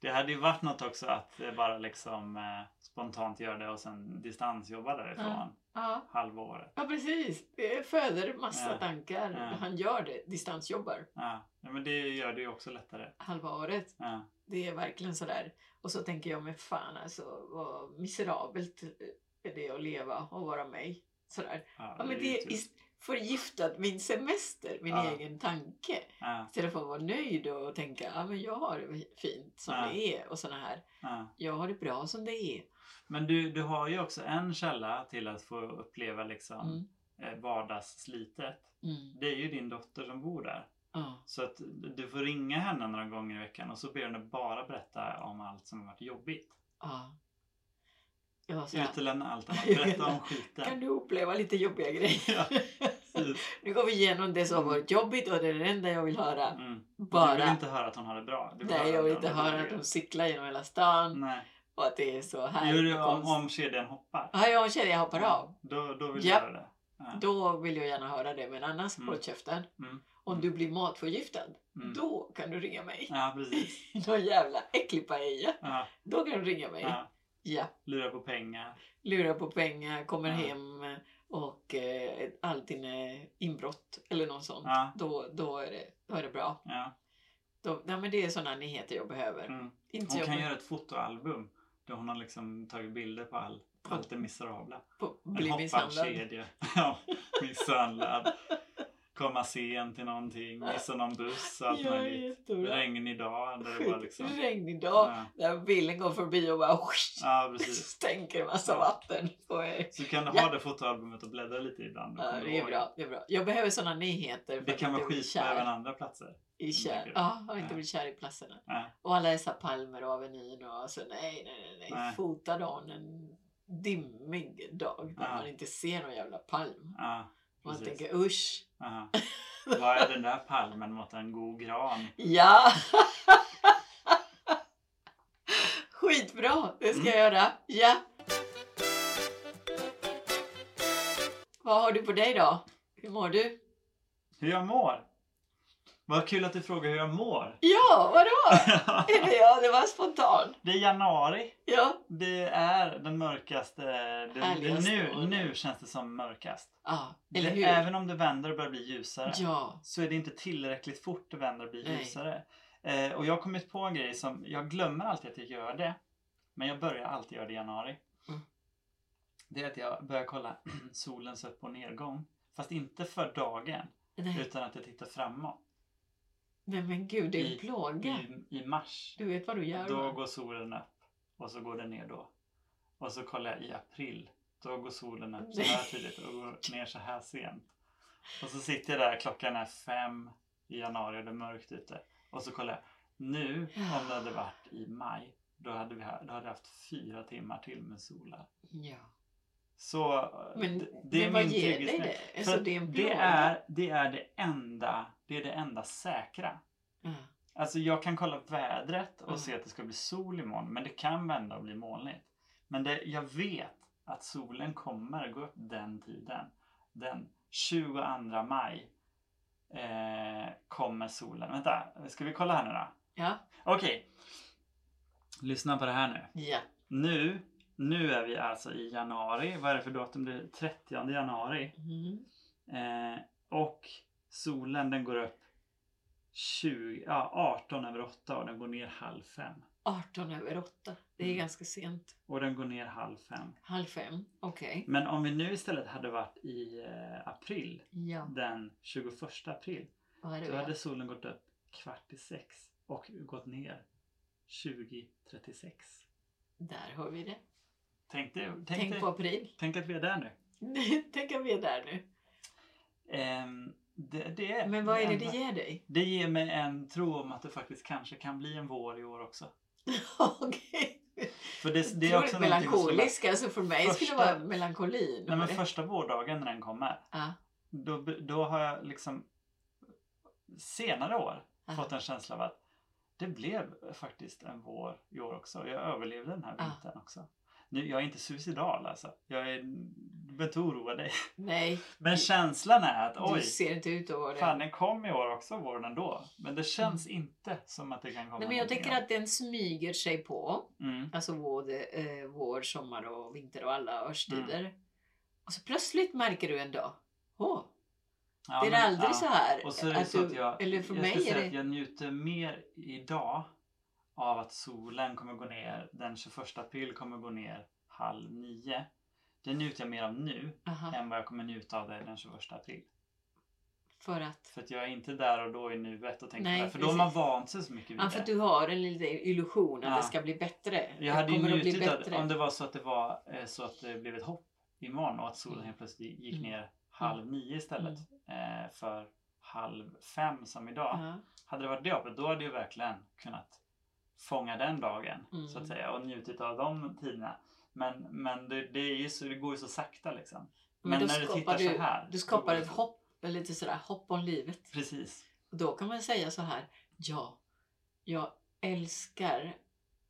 Speaker 1: Det hade ju varit något också att eh, bara liksom eh, spontant göra det och sen distansjobba därifrån
Speaker 2: Ja.
Speaker 1: halva året.
Speaker 2: ja, precis. Det föder massa
Speaker 1: Ja.
Speaker 2: tankar.
Speaker 1: Ja.
Speaker 2: Han gör det, distansjobbar,
Speaker 1: Ja. Ja, men det gör det ju också lättare.
Speaker 2: halva året.
Speaker 1: Ja.
Speaker 2: Det är verkligen sådär. Och så tänker jag, men fan alltså vad miserabelt är det att leva och vara mig. Sådär.
Speaker 1: Ja,
Speaker 2: Ja, men
Speaker 1: ju
Speaker 2: det,
Speaker 1: tur.
Speaker 2: ist- förgiftat min semester, min
Speaker 1: Ja.
Speaker 2: egen tanke.
Speaker 1: Ja,
Speaker 2: Istället för att vara nöjd och tänka ja men jag har det fint som
Speaker 1: Ja.
Speaker 2: det är och sådana här.
Speaker 1: ja.
Speaker 2: Jag har det bra som det är.
Speaker 1: Men du, du har ju också en källa till att få uppleva liksom,
Speaker 2: Mm.
Speaker 1: mm. vardagsslitet.
Speaker 2: Mm.
Speaker 1: Det är ju din dotter som bor där.
Speaker 2: Ja.
Speaker 1: Så att du får ringa henne några gånger i veckan och så ber henne bara berätta om allt som har varit jobbigt.
Speaker 2: ja. Jag var sådär,
Speaker 1: Utelämna allt annat. Berätta om skiten.
Speaker 2: kan du uppleva lite jobbiga grejer?
Speaker 1: Ja, Precis.
Speaker 2: nu går vi igenom det som har varit jobbigt och det är det enda jag vill höra.
Speaker 1: Mm. Du vill
Speaker 2: Bara.
Speaker 1: inte höra att hon har det bra. Du
Speaker 2: Nej, jag
Speaker 1: att hon
Speaker 2: vill inte
Speaker 1: har det
Speaker 2: höra att
Speaker 1: bra.
Speaker 2: de cyklar genom hela stan
Speaker 1: Nej.
Speaker 2: och att det är så här.
Speaker 1: Gör du om, om kedjan hoppar?
Speaker 2: Ja, jag känner jag hoppar av.
Speaker 1: Då, då vill
Speaker 2: Japp.
Speaker 1: du höra det. Ja.
Speaker 2: Då vill jag gärna höra det, men annars
Speaker 1: Mm.
Speaker 2: håll käften.
Speaker 1: Mm.
Speaker 2: Om du blir matförgiftad,
Speaker 1: Mm.
Speaker 2: då kan du ringa mig.
Speaker 1: Ja, precis.
Speaker 2: Då jävla äcklig paella.
Speaker 1: Ja,
Speaker 2: Då kan du ringa mig.
Speaker 1: ja.
Speaker 2: Ja.
Speaker 1: Lura på pengar.
Speaker 2: Lurar på pengar, kommer
Speaker 1: Ja.
Speaker 2: hem och eh, allting är inbrott eller något sånt.
Speaker 1: Ja.
Speaker 2: Då, då, är det, då är det bra.
Speaker 1: Ja.
Speaker 2: Då, nej, men det är sådana nyheter jag behöver.
Speaker 1: Mm.
Speaker 2: Inte
Speaker 1: Hon
Speaker 2: jag
Speaker 1: kan
Speaker 2: be-
Speaker 1: göra ett fotoalbum där hon har liksom tagit bilder på all,
Speaker 2: På-
Speaker 1: allt det miserabla.
Speaker 2: på,
Speaker 1: En
Speaker 2: bli
Speaker 1: hoppad
Speaker 2: misshandlad.
Speaker 1: kedja. ja, misshandlad. Komma sent till någonting, missa någon buss, allt
Speaker 2: Ja,
Speaker 1: möjligt.
Speaker 2: jättebra.
Speaker 1: Regnig dag där det
Speaker 2: Skit,
Speaker 1: bara liksom...
Speaker 2: regn idag.
Speaker 1: Ja,
Speaker 2: Där bilen går förbi och bara whish,
Speaker 1: ja precis.
Speaker 2: stänker en massa
Speaker 1: Ja.
Speaker 2: vatten. på er.
Speaker 1: Så kan du
Speaker 2: Ja.
Speaker 1: ha det fotoalbumet och bläddra lite ibland. då
Speaker 2: Ja,
Speaker 1: kommer du
Speaker 2: det är
Speaker 1: ihåg.
Speaker 2: bra, det är bra. Jag behöver sådana nyheter. för
Speaker 1: Det
Speaker 2: att
Speaker 1: kan
Speaker 2: inte
Speaker 1: vara
Speaker 2: bli
Speaker 1: skit Mm, på
Speaker 2: kär
Speaker 1: även andra platser.
Speaker 2: I kär.
Speaker 1: tänker du?
Speaker 2: Ja, och inte
Speaker 1: Ja.
Speaker 2: bli kär i platserna.
Speaker 1: Ja.
Speaker 2: Och alla dessa palmer och avenyn och så nej, nej, nej, nej.
Speaker 1: Nej.
Speaker 2: Fota dagen en dimmig dag där
Speaker 1: Ja.
Speaker 2: man inte ser någon jävla palm.
Speaker 1: Ja,
Speaker 2: Man
Speaker 1: precis.
Speaker 2: tänker usch.
Speaker 1: Aha. Vad är den där palmen mot en god gran?
Speaker 2: Ja! Skitbra! Det ska
Speaker 1: Mm.
Speaker 2: jag göra. Ja! Vad har du på dig då? Hur mår du?
Speaker 1: Hur jag mår? Vad kul att du frågar hur jag mår.
Speaker 2: Ja, vadå? Eller ja, det var spontan.
Speaker 1: det är januari.
Speaker 2: Ja.
Speaker 1: Det är den mörkaste. Det, det,
Speaker 2: Härligaste
Speaker 1: nu,
Speaker 2: året.
Speaker 1: nu känns det som mörkast.
Speaker 2: ja, eller
Speaker 1: det,
Speaker 2: hur?
Speaker 1: Även om det vänder och börjar bli ljusare
Speaker 2: Ja.
Speaker 1: så är det inte tillräckligt fort det vänder och blir
Speaker 2: Nej.
Speaker 1: ljusare. Eh, och jag har kommit på en grej som, jag glömmer alltid att jag gör det. Men jag börjar alltid göra det i januari.
Speaker 2: Mm.
Speaker 1: Det är att jag börjar kolla solens upp och nedgång. Fast inte för dagen,
Speaker 2: Nej,
Speaker 1: utan att jag tittar framåt.
Speaker 2: nej men gud, det är en
Speaker 1: I-
Speaker 2: plåga.
Speaker 1: I, i mars.
Speaker 2: Du vet vad du gör
Speaker 1: Då
Speaker 2: va?
Speaker 1: går solen upp och så går den ner då. Och så kollar jag i april. Då går solen upp så här
Speaker 2: Nej.
Speaker 1: tidigt och går ner så här sent. Och så sitter jag där, klockan är fem i januari och det är mörkt ute. Och så kollar jag. Nu, om det hade varit i maj, då hade vi ha- då hade jag haft fyra timmar till med solen.
Speaker 2: Ja.
Speaker 1: Så eh,
Speaker 2: Men
Speaker 1: d-
Speaker 2: det men vad ger dig
Speaker 1: trygghetsgrej.
Speaker 2: det?
Speaker 1: För
Speaker 2: Alltså, det är en
Speaker 1: det
Speaker 2: plåga.
Speaker 1: är, det är det enda, det är det enda säkra.
Speaker 2: Ja.
Speaker 1: Alltså jag kan kolla vädret och
Speaker 2: Mm.
Speaker 1: se att det ska bli sol imorgon. Men det kan vända och bli molnigt. Men det, jag vet att solen kommer gå upp den tiden. Den 22 maj eh, kommer solen. Vänta, ska vi kolla här nu då?
Speaker 2: Ja.
Speaker 1: Okej. Lyssna på det här nu.
Speaker 2: ja.
Speaker 1: Nu, nu är vi alltså i januari. Vad är det för datum? Det är 30 januari.
Speaker 2: Mm.
Speaker 1: Eh, och solen den går upp 20, ja, 18 över 8 och den går ner halv fem.
Speaker 2: 18 över 8. Det är
Speaker 1: Mm.
Speaker 2: ganska sent.
Speaker 1: Och den går ner halv fem.
Speaker 2: Halv fem. Okej.
Speaker 1: Men om vi nu istället hade varit i eh, april,
Speaker 2: Ja.
Speaker 1: den 21 april,
Speaker 2: Vad är det
Speaker 1: då
Speaker 2: vi
Speaker 1: hade
Speaker 2: har?
Speaker 1: solen gått upp kvart i sex och gått ner 20.36.
Speaker 2: Där har vi det.
Speaker 1: Tänk, det, tänk,
Speaker 2: Tänk,
Speaker 1: det,
Speaker 2: på april.
Speaker 1: tänk att vi är där nu.
Speaker 2: Tänk att vi är där nu.
Speaker 1: Ehm, det, det är
Speaker 2: Men vad är det
Speaker 1: enda-
Speaker 2: det ger dig?
Speaker 1: Det ger mig en tro om att det faktiskt kanske kan bli en vår i år också.
Speaker 2: Okej.
Speaker 1: För det, det är också
Speaker 2: Otroligt
Speaker 1: någonting som-
Speaker 2: melankolisk. Alltså för mig skulle det
Speaker 1: Första-
Speaker 2: vara melankolin.
Speaker 1: Nej, men
Speaker 2: Var det?
Speaker 1: första vårdagen när den kommer,
Speaker 2: Ja.
Speaker 1: då, då har jag liksom senare år
Speaker 2: Ja.
Speaker 1: fått en känsla av att det blev faktiskt en vår i år också. Jag överlevde den här
Speaker 2: Ja.
Speaker 1: vintern också. Nu, jag är inte suicidal alltså. Jag är, du behöver inte oroa dig.
Speaker 2: Nej,
Speaker 1: Men känslan är att
Speaker 2: du
Speaker 1: oj,
Speaker 2: ser inte ut att vara det. Mm.
Speaker 1: fan den kom i år också, våren ändå. Men det känns inte som att det kan komma
Speaker 2: Nej, men jag
Speaker 1: någonting
Speaker 2: tänker
Speaker 1: annat.
Speaker 2: att den smyger sig på.
Speaker 1: Mm,
Speaker 2: Alltså vår, eh, vår, sommar och vinter och alla årstider.
Speaker 1: Mm.
Speaker 2: Och så plötsligt märker du en dag. Åh,
Speaker 1: ja,
Speaker 2: det är
Speaker 1: men-
Speaker 2: aldrig
Speaker 1: ja.
Speaker 2: så här.
Speaker 1: Och så är det så att jag,
Speaker 2: Alltså, eller för
Speaker 1: jag ska
Speaker 2: mig är
Speaker 1: säga att
Speaker 2: det...
Speaker 1: jag njuter mer idag av att solen kommer gå ner den 21 april kommer gå ner halv nio. Det njuter jag mer av nu
Speaker 2: Aha.
Speaker 1: än vad jag kommer njuta av det den 21 april.
Speaker 2: För att...
Speaker 1: För att jag är inte där och då i nuet och tänker
Speaker 2: Nej,
Speaker 1: på det. För då har man
Speaker 2: precis.
Speaker 1: vant sig så mycket vid
Speaker 2: Ja, för att
Speaker 1: det.
Speaker 2: du har en liten illusion att
Speaker 1: Ja.
Speaker 2: det ska bli bättre.
Speaker 1: Jag hade ju
Speaker 2: det
Speaker 1: njutit av, om det var så att det var eh, så att det blev ett hopp imorgon och att solen
Speaker 2: Mm.
Speaker 1: helt plötsligt gick
Speaker 2: Mm.
Speaker 1: ner halv nio istället eh, för halv fem som idag.
Speaker 2: Ja.
Speaker 1: Hade det varit det hoppet då hade jag verkligen kunnat fånga den dagen
Speaker 2: Mm.
Speaker 1: så att säga och njutit av de tiderna. Men, men det, det, är ju så, det går ju så sakta liksom.
Speaker 2: Men,
Speaker 1: Men
Speaker 2: då
Speaker 1: när du
Speaker 2: skapar
Speaker 1: tittar
Speaker 2: du,
Speaker 1: så här,
Speaker 2: Du
Speaker 1: då
Speaker 2: skapar
Speaker 1: går det
Speaker 2: ett
Speaker 1: fort.
Speaker 2: hopp, eller lite sådär hopp om livet.
Speaker 1: Precis.
Speaker 2: Då kan man säga så här, ja, jag älskar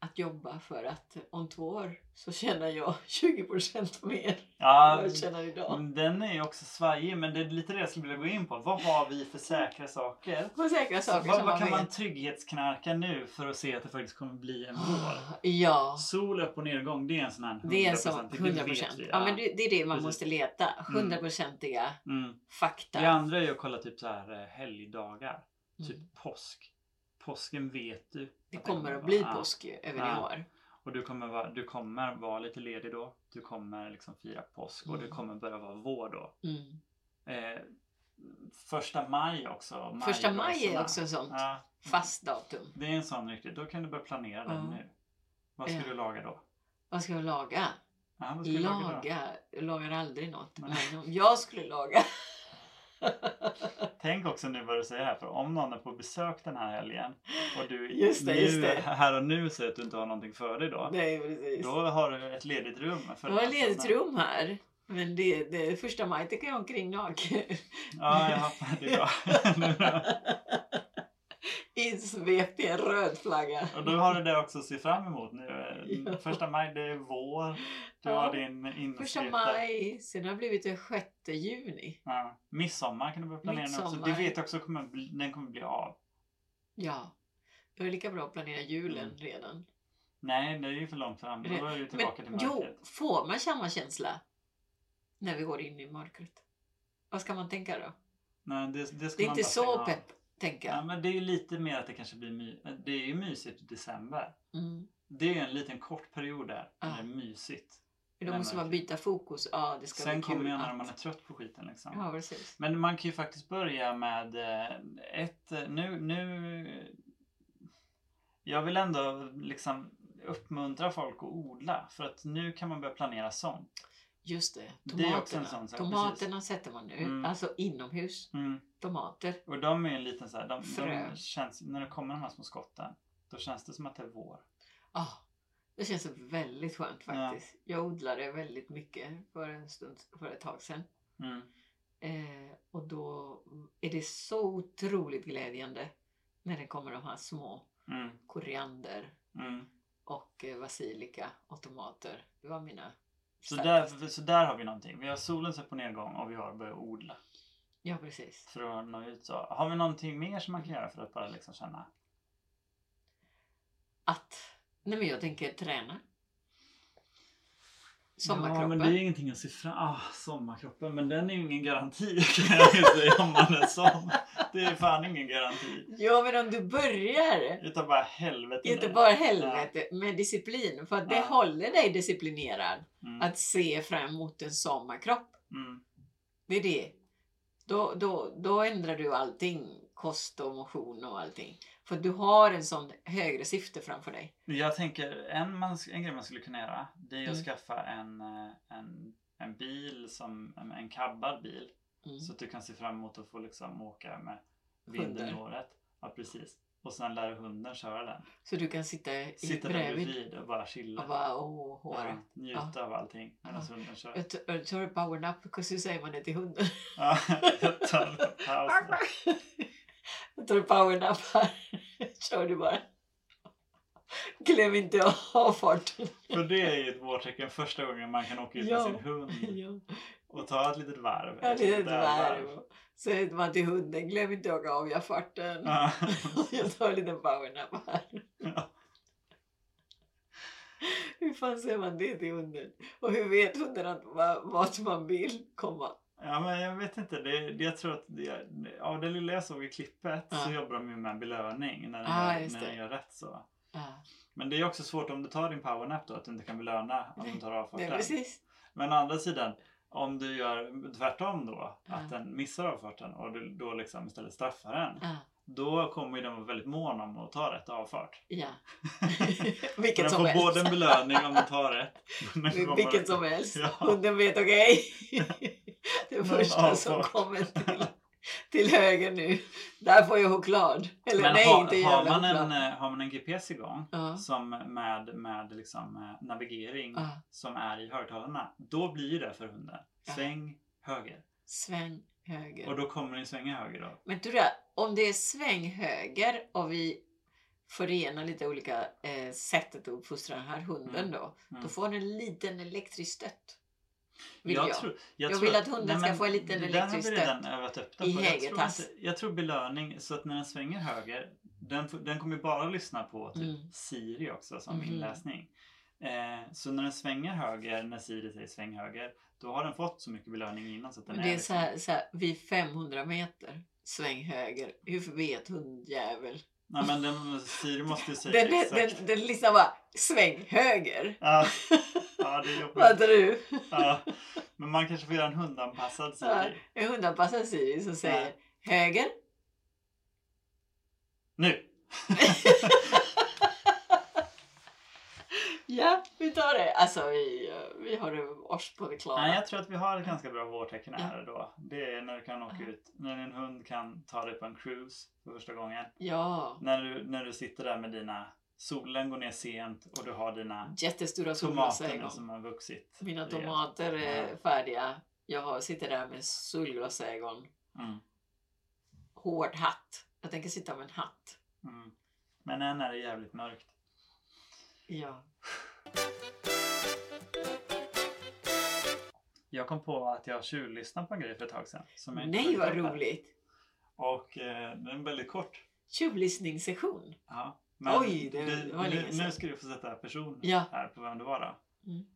Speaker 2: att jobba för att om två år så tjänar jag 20% mer än
Speaker 1: Ja, Mm.
Speaker 2: vad jag tjänar idag.
Speaker 1: men den är ju också svajig men det är lite det jag skulle vilja gå in på. Vad har vi för säkra saker?
Speaker 2: På säkra
Speaker 1: Så
Speaker 2: saker
Speaker 1: vad,
Speaker 2: som
Speaker 1: vad
Speaker 2: man
Speaker 1: kan
Speaker 2: vet.
Speaker 1: man trygghetsknarka nu för att se att det faktiskt kommer bli en vår?
Speaker 2: Ja,
Speaker 1: Sol upp och nedgång, det är en sån här 100%.
Speaker 2: det är en sån
Speaker 1: det vet
Speaker 2: 100%.
Speaker 1: vi,
Speaker 2: Ja, men det det är det man
Speaker 1: Precis.
Speaker 2: måste leta. 100%iga
Speaker 1: Mm.
Speaker 2: fakta.
Speaker 1: Det andra är ju att kolla typ så här eh, helgdagar. Typ
Speaker 2: Mm.
Speaker 1: påsk. Påsken vet du.
Speaker 2: Det
Speaker 1: att
Speaker 2: kommer att
Speaker 1: vara.
Speaker 2: bli
Speaker 1: Ja.
Speaker 2: påsk ju även i
Speaker 1: Ja.
Speaker 2: år.
Speaker 1: Och du kommer, vara, du kommer vara lite ledig då. Du kommer liksom fira påsk och du
Speaker 2: Mm.
Speaker 1: kommer börja vara vår då.
Speaker 2: Mm.
Speaker 1: Eh, första maj också.
Speaker 2: Första maj är
Speaker 1: majrörelserna.
Speaker 2: också ett sånt
Speaker 1: Ja,
Speaker 2: fast datum.
Speaker 1: det är en sån riktigt. Då kan du börja planera den
Speaker 2: Ja.
Speaker 1: nu. Vad ska
Speaker 2: Ja.
Speaker 1: du laga då?
Speaker 2: Vad ska jag laga?
Speaker 1: Ja, vad ska du laga då?
Speaker 2: Laga? Jag lagar aldrig något.
Speaker 1: Nej.
Speaker 2: Men om jag skulle laga.
Speaker 1: Tänk också nu vad du säger här, för om någon är på besök den här helgen och du
Speaker 2: Just det,
Speaker 1: nu,
Speaker 2: just det.
Speaker 1: här och nu säger att du inte har någonting för dig då.
Speaker 2: Nej, precis.
Speaker 1: Då har du ett ledigt rum. För
Speaker 2: Jag har
Speaker 1: den här
Speaker 2: ledigt
Speaker 1: personen.
Speaker 2: rum här. Men det, det är första maj tycker jag omkring naken.
Speaker 1: Ja, ja, det är bra. Det är bra.
Speaker 2: Insvept i en röd flagga.
Speaker 1: Och då har du det också att se fram emot nu. eh,
Speaker 2: Ja.
Speaker 1: Första maj, det är vår. Du
Speaker 2: Ja.
Speaker 1: har din inskrift.
Speaker 2: Första
Speaker 1: där.
Speaker 2: maj, sen har det blivit den sjätte juni.
Speaker 1: Ja. Midsommar kan du börja planera nu också.
Speaker 2: Midsommar.
Speaker 1: Det vet jag också kommer bli, den kommer bli av.
Speaker 2: Ja. Mm. Jag är lika bra att planera julen redan.
Speaker 1: Nej, det är ju för långt fram. Då är du tillbaka till
Speaker 2: jo,
Speaker 1: mörkret.
Speaker 2: får man samma känsla när vi går in i mörkret? Vad ska man tänka då?
Speaker 1: Nej, det, det, ska
Speaker 2: Det är
Speaker 1: man
Speaker 2: inte
Speaker 1: bara stänga
Speaker 2: så
Speaker 1: av.
Speaker 2: pepp, tänker
Speaker 1: Ja,
Speaker 2: jag.
Speaker 1: men det är ju lite mer att det kanske blir my- eh, det är ju mysigt i december.
Speaker 2: Mm.
Speaker 1: Det är ju en liten kort period där när
Speaker 2: Ja.
Speaker 1: det är mysigt.
Speaker 2: Då
Speaker 1: Nej,
Speaker 2: måste
Speaker 1: men-
Speaker 2: man byta fokus. Ja, det ska
Speaker 1: Sen
Speaker 2: bli kul.
Speaker 1: kommer ju när
Speaker 2: att-
Speaker 1: man är trött på skiten liksom.
Speaker 2: Ja, precis.
Speaker 1: Men man kan ju faktiskt börja med eh, ett, eh, nu, nu... Jag vill ändå liksom uppmuntra folk att odla för att nu kan man börja planera sånt.
Speaker 2: Just det.
Speaker 1: Det är också en
Speaker 2: Tomaterna,
Speaker 1: sån sak,
Speaker 2: tomaterna sätter man nu.
Speaker 1: Mm.
Speaker 2: Alltså inomhus.
Speaker 1: Mm.
Speaker 2: Tomater.
Speaker 1: Och de är ju en liten så här, de,
Speaker 2: Frö.
Speaker 1: de känns, när det kommer de här små skotten, då känns det som att det är vår.
Speaker 2: Ja, Ah, det känns väldigt skönt faktiskt. Jag odlade väldigt mycket för, en stund, för ett tag sedan.
Speaker 1: Mm.
Speaker 2: Eh, och då är det så otroligt glädjande när det kommer de här små
Speaker 1: Mm.
Speaker 2: koriander
Speaker 1: Mm.
Speaker 2: och eh, basilika och tomater. Det var mina
Speaker 1: Så,
Speaker 2: starka-
Speaker 1: där, så där har vi någonting. Vi har solens upp och nedgång och vi har börjat odla.
Speaker 2: Ja, precis.
Speaker 1: För att nå ut så. Har vi någonting mer som man kan göra för att bara liksom känna?
Speaker 2: Att, nej men jag tänker träna.
Speaker 1: Ja, men
Speaker 2: Sommarkroppen.
Speaker 1: det är ingenting att se fram ah, Sommarkroppen, men den är ju ingen garanti kan jag ju säga om man är sån. Det är fan ingen garanti.
Speaker 2: Ja, men om du börjar,
Speaker 1: Utan bara helvete. nej.
Speaker 2: inte bara helvete, med disciplin. För att det
Speaker 1: Ja.
Speaker 2: håller dig disciplinerad.
Speaker 1: Mm,
Speaker 2: Att se fram emot en sommarkropp.
Speaker 1: mm,
Speaker 2: Det är det. Då, då, då ändrar du allting. Kost och motion och allting. För att du har en sån högre syfte framför dig.
Speaker 1: Jag tänker en, man, en grej man skulle kunna göra det är att
Speaker 2: Mm.
Speaker 1: skaffa en, eh, en, en bil, som en, en kabbad bil.
Speaker 2: Mm.
Speaker 1: Så att du kan se fram emot att få liksom åka med vinden i
Speaker 2: Hundar.
Speaker 1: håret. Ja, precis. Och sen lära hunden köra den.
Speaker 2: Så du kan sitta i
Speaker 1: Sitta där
Speaker 2: bredvid
Speaker 1: bredvid och bara chilla.
Speaker 2: och bara åh, håret.
Speaker 1: Ja, njuta av allting medan hunden kör.
Speaker 2: Jag tar- Jag tar en power nap, because hur säger man det till hunden?
Speaker 1: Ja, jag tar en paus.
Speaker 2: Jag tar en power nap här. Kör du bara. Glöm inte att ha farten.
Speaker 1: För det är ju ett vårtecken första gången man kan åka ut
Speaker 2: Ja.
Speaker 1: med sin hund och ta ett litet varv.
Speaker 2: Ja, det är ett
Speaker 1: litet
Speaker 2: värv. Säger man till hunden, glöm inte att avja farten.
Speaker 1: Ja.
Speaker 2: Jag tar en liten power nap här.
Speaker 1: Ja.
Speaker 2: Hur fan säger man det till hunden? Och hur vet hunden att va- vart man vill komma?
Speaker 1: ja, men jag vet inte. Det, det, jag tror att det, av det lilla jag såg i klippet så
Speaker 2: Ja.
Speaker 1: jobbar de ju med belöning när den,
Speaker 2: Ah,
Speaker 1: gör,
Speaker 2: just
Speaker 1: när den
Speaker 2: det.
Speaker 1: gör rätt så.
Speaker 2: Ja,
Speaker 1: Men det är också svårt om du tar din powernap då att du inte kan belöna att
Speaker 2: Nej,
Speaker 1: du tar av
Speaker 2: det är
Speaker 1: farten.
Speaker 2: precis.
Speaker 1: Men å andra sidan, om du gör tvärtom då,
Speaker 2: Ja.
Speaker 1: att den missar avfarten och du då liksom istället straffar den,
Speaker 2: Ja.
Speaker 1: då kommer ju den vara väldigt mån om att ta rätt avfart.
Speaker 2: ja.
Speaker 1: Så den
Speaker 2: Vilket som
Speaker 1: får
Speaker 2: helst.
Speaker 1: både en belöning om den tar rätt. men den kommer-
Speaker 2: Vilket som helst.
Speaker 1: Ja.
Speaker 2: Hunden vet okej. Det
Speaker 1: Någon
Speaker 2: första som
Speaker 1: avfart.
Speaker 2: kommer till, till höger nu. Där får jag choklad. Eller
Speaker 1: Men
Speaker 2: nej,
Speaker 1: har,
Speaker 2: inte
Speaker 1: har,
Speaker 2: jävla
Speaker 1: man en,
Speaker 2: choklad.
Speaker 1: eh, har man en GPS igång
Speaker 2: Ja.
Speaker 1: som med, med liksom eh, navigering
Speaker 2: Ja.
Speaker 1: som är i högtalarna, då blir ju det för hunden.
Speaker 2: Ja.
Speaker 1: Sväng höger.
Speaker 2: Sväng höger.
Speaker 1: Och då kommer den svänga höger då.
Speaker 2: Men du, där, om det är sväng höger och vi förenar lite olika eh, sättet att uppfostra den här hunden
Speaker 1: Mm.
Speaker 2: då.
Speaker 1: Mm.
Speaker 2: Då får den en liten elektrisk stött. Vill jag.
Speaker 1: Jag tror- jag
Speaker 2: Jag
Speaker 1: tror
Speaker 2: vill att hunden ska
Speaker 1: men
Speaker 2: få en liten
Speaker 1: det där
Speaker 2: elektrisk
Speaker 1: har vi redan övat upp den
Speaker 2: i
Speaker 1: på. Jag tror,
Speaker 2: hägertass.
Speaker 1: inte, jag tror belöning, så att när den svänger höger, den, får- den kommer ju bara lyssna på typ
Speaker 2: Mm.
Speaker 1: Siri också som
Speaker 2: Mhm.
Speaker 1: inläsning. Eh, så när den svänger höger, när Siri säger sväng höger, då har den fått så mycket belöning innan så att den
Speaker 2: Men det är
Speaker 1: liksom-
Speaker 2: så här, så här, vid 500 meter, sväng höger. Hur vet hundjävel?
Speaker 1: Nej men den, Siri måste ju säga
Speaker 2: Den, den,
Speaker 1: exakt.
Speaker 2: den, den liksom bara, sväng höger.
Speaker 1: Ja, ja, det är
Speaker 2: Vad
Speaker 1: jobbigt.
Speaker 2: tror du?
Speaker 1: Ja, men man kanske får göra en hundanpassad
Speaker 2: Ja.
Speaker 1: Siri.
Speaker 2: En hundanpassad Siri som säger höger.
Speaker 1: Nu!
Speaker 2: Ja, vi tar det. Alltså vi, eh, vi har det ors på det klara.
Speaker 1: Nej, jag tror att vi har ett ganska bra vårtecken här då. Det är när du kan åka
Speaker 2: Ja.
Speaker 1: ut, när din hund kan ta dig på en cruise för första gången.
Speaker 2: Ja,
Speaker 1: När du, när du sitter där med dina, solen går ner sent och du har dina
Speaker 2: jättestora
Speaker 1: tomater nu
Speaker 2: solglasögon.
Speaker 1: som har vuxit.
Speaker 2: Mina
Speaker 1: rejält.
Speaker 2: tomater är färdiga. Jag har- sitter där med solglasögon.
Speaker 1: Mm,
Speaker 2: Hård hatt. Jag tänker sitta med en hatt.
Speaker 1: mm. Men än är det jävligt mörkt.
Speaker 2: Ja.
Speaker 1: Jag kom på att jag tjuvlyssnade på en grej för ett tag sedan. Som jag inte
Speaker 2: Nej
Speaker 1: tagit
Speaker 2: vad
Speaker 1: upp här.
Speaker 2: roligt!
Speaker 1: Och eh, den är väldigt kort.
Speaker 2: Tjuvlyssningssession.
Speaker 1: Ja. Men
Speaker 2: Oj, det
Speaker 1: du,
Speaker 2: var länge
Speaker 1: nu,
Speaker 2: sedan.
Speaker 1: nu ska du få sätta person
Speaker 2: Ja.
Speaker 1: här på vem det var då.
Speaker 2: Mm.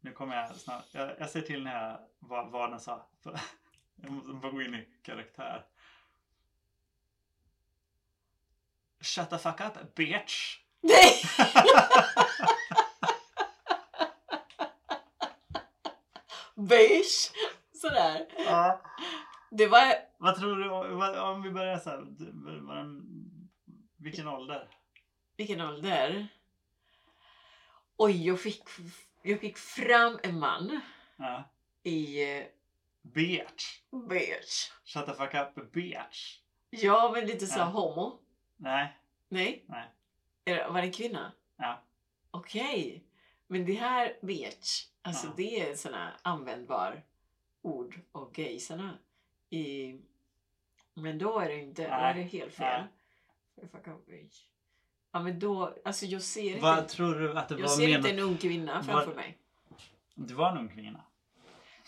Speaker 1: Nu kommer jag snart. Jag, jag ser till när jag, vad, vad den sa. Jag måste bara gå in i karaktär. Shut the fuck up bitch!
Speaker 2: Nej! Beige! Sådär.
Speaker 1: Ja.
Speaker 2: Det var
Speaker 1: Vad tror du om- vad- om vi börjar så här. du- vad- vad den- Vilken ålder?
Speaker 2: Vilken ålder? Oj, jag fick, jag fick fram en man
Speaker 1: Ja.
Speaker 2: i eh,
Speaker 1: Bitch!
Speaker 2: beige.
Speaker 1: Shut the fuck up bitch!
Speaker 2: Ja, men lite så
Speaker 1: Ja.
Speaker 2: homo.
Speaker 1: Nej.
Speaker 2: Nej?
Speaker 1: Nej.
Speaker 2: Är det, var det en kvinna?
Speaker 1: Ja.
Speaker 2: Okej. Men det här beige, alltså
Speaker 1: Ja.
Speaker 2: det är sådana användbar ord och gaysarna. I, men då är det inte, då är det
Speaker 1: Nej.
Speaker 2: helt fel. Fuck up, beige. Ja men då, alltså jag ser
Speaker 1: Vad
Speaker 2: inte,
Speaker 1: tror du att det
Speaker 2: jag
Speaker 1: var
Speaker 2: ser inte
Speaker 1: menat?
Speaker 2: en ung kvinna framför mig.
Speaker 1: Det var en ung kvinna.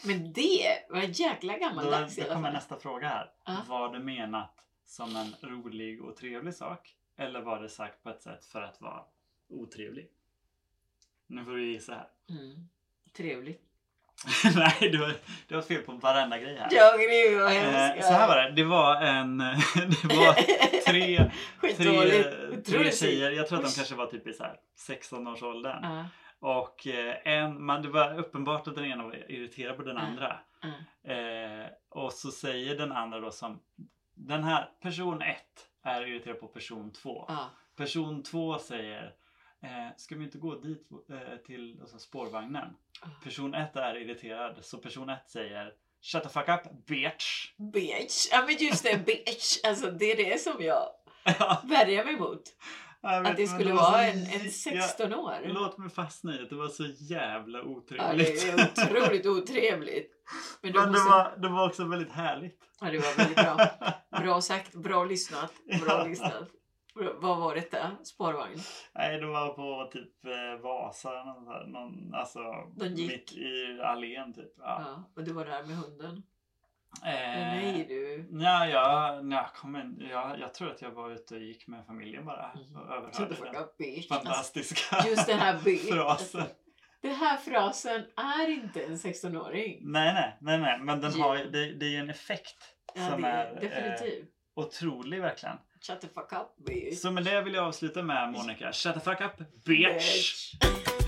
Speaker 2: Men det var jäkla
Speaker 1: Då,
Speaker 2: gammaldags i
Speaker 1: då
Speaker 2: alla
Speaker 1: kommer
Speaker 2: fall.
Speaker 1: nästa fråga här.
Speaker 2: Ja.
Speaker 1: Var det menat som en rolig och trevlig sak? Eller var det sagt på ett sätt för att vara otrevlig? Nu får du gissa här.
Speaker 2: Mm. Trevligt.
Speaker 1: Nej, du har, du har fel på varenda grej här.
Speaker 2: Jag nu och
Speaker 1: Eh,
Speaker 2: hemska.
Speaker 1: så här var det. Det var en... det var tre, tre,
Speaker 2: Skitdåligt.
Speaker 1: tre
Speaker 2: Otroligt.
Speaker 1: tjejer. Jag tror att de
Speaker 2: Usch.
Speaker 1: kanske var typ i så här 16-årsåldern.
Speaker 2: Ja,
Speaker 1: Och eh, en, man, det var uppenbart att den ena var irriterad på den
Speaker 2: Ja.
Speaker 1: andra.
Speaker 2: ja.
Speaker 1: Eh, och så säger den andra då som den här person 1 är irriterad på person 2.
Speaker 2: Ja.
Speaker 1: Person 2 säger eh, ska vi inte gå dit eh, till alltså, spårvagnen?
Speaker 2: Ja.
Speaker 1: Person 1 är irriterad så person 1 säger shut the fuck up bitch.
Speaker 2: Bitch. Ja men just det, bitch. Alltså det är det som jag
Speaker 1: Ja,
Speaker 2: värjar mig mot.
Speaker 1: jag vet,
Speaker 2: Att det
Speaker 1: men
Speaker 2: skulle
Speaker 1: var så
Speaker 2: vara en,
Speaker 1: jä-
Speaker 2: en 16
Speaker 1: Ja,
Speaker 2: år.
Speaker 1: Låt mig fastna i att det var så jävla
Speaker 2: Ja, det
Speaker 1: otrevligt.
Speaker 2: är otroligt otrevligt. Men, då
Speaker 1: Men det
Speaker 2: måste...
Speaker 1: var, det var också väldigt härligt.
Speaker 2: Ja, det var väldigt bra. Bra sagt, bra lyssnat. Bra
Speaker 1: Ja.
Speaker 2: lyssnat. Bra- Vad var detta? Spårvagn?
Speaker 1: Nej, det var på typ eh, Vasa, någon, så här- någon, alltså
Speaker 2: De gick.
Speaker 1: mitt i allén typ. Ja.
Speaker 2: Ja. Och du var där med hunden?
Speaker 1: Eh,
Speaker 2: Nej du.
Speaker 1: nja, jag, nja, kom in, jag, jag tror att jag var ute och gick med familjen bara
Speaker 2: Mhm.
Speaker 1: och
Speaker 2: Shut the
Speaker 1: överhörde
Speaker 2: fuck
Speaker 1: den
Speaker 2: up bitch. Alltså,
Speaker 1: fantastiska
Speaker 2: Just den här bitch.
Speaker 1: frasen.
Speaker 2: Den här frasen är inte en 16-åring.
Speaker 1: Nej, nej, nej, nej, men den har, ju-
Speaker 2: Ja.
Speaker 1: det, det är ju en effekt
Speaker 2: Ja,
Speaker 1: som
Speaker 2: det är
Speaker 1: är eh,
Speaker 2: definitivt.
Speaker 1: otrolig verkligen.
Speaker 2: Shut the fuck up bitch.
Speaker 1: Så med det vill jag avsluta med Monica. Shut the fuck up bitch!
Speaker 2: bitch.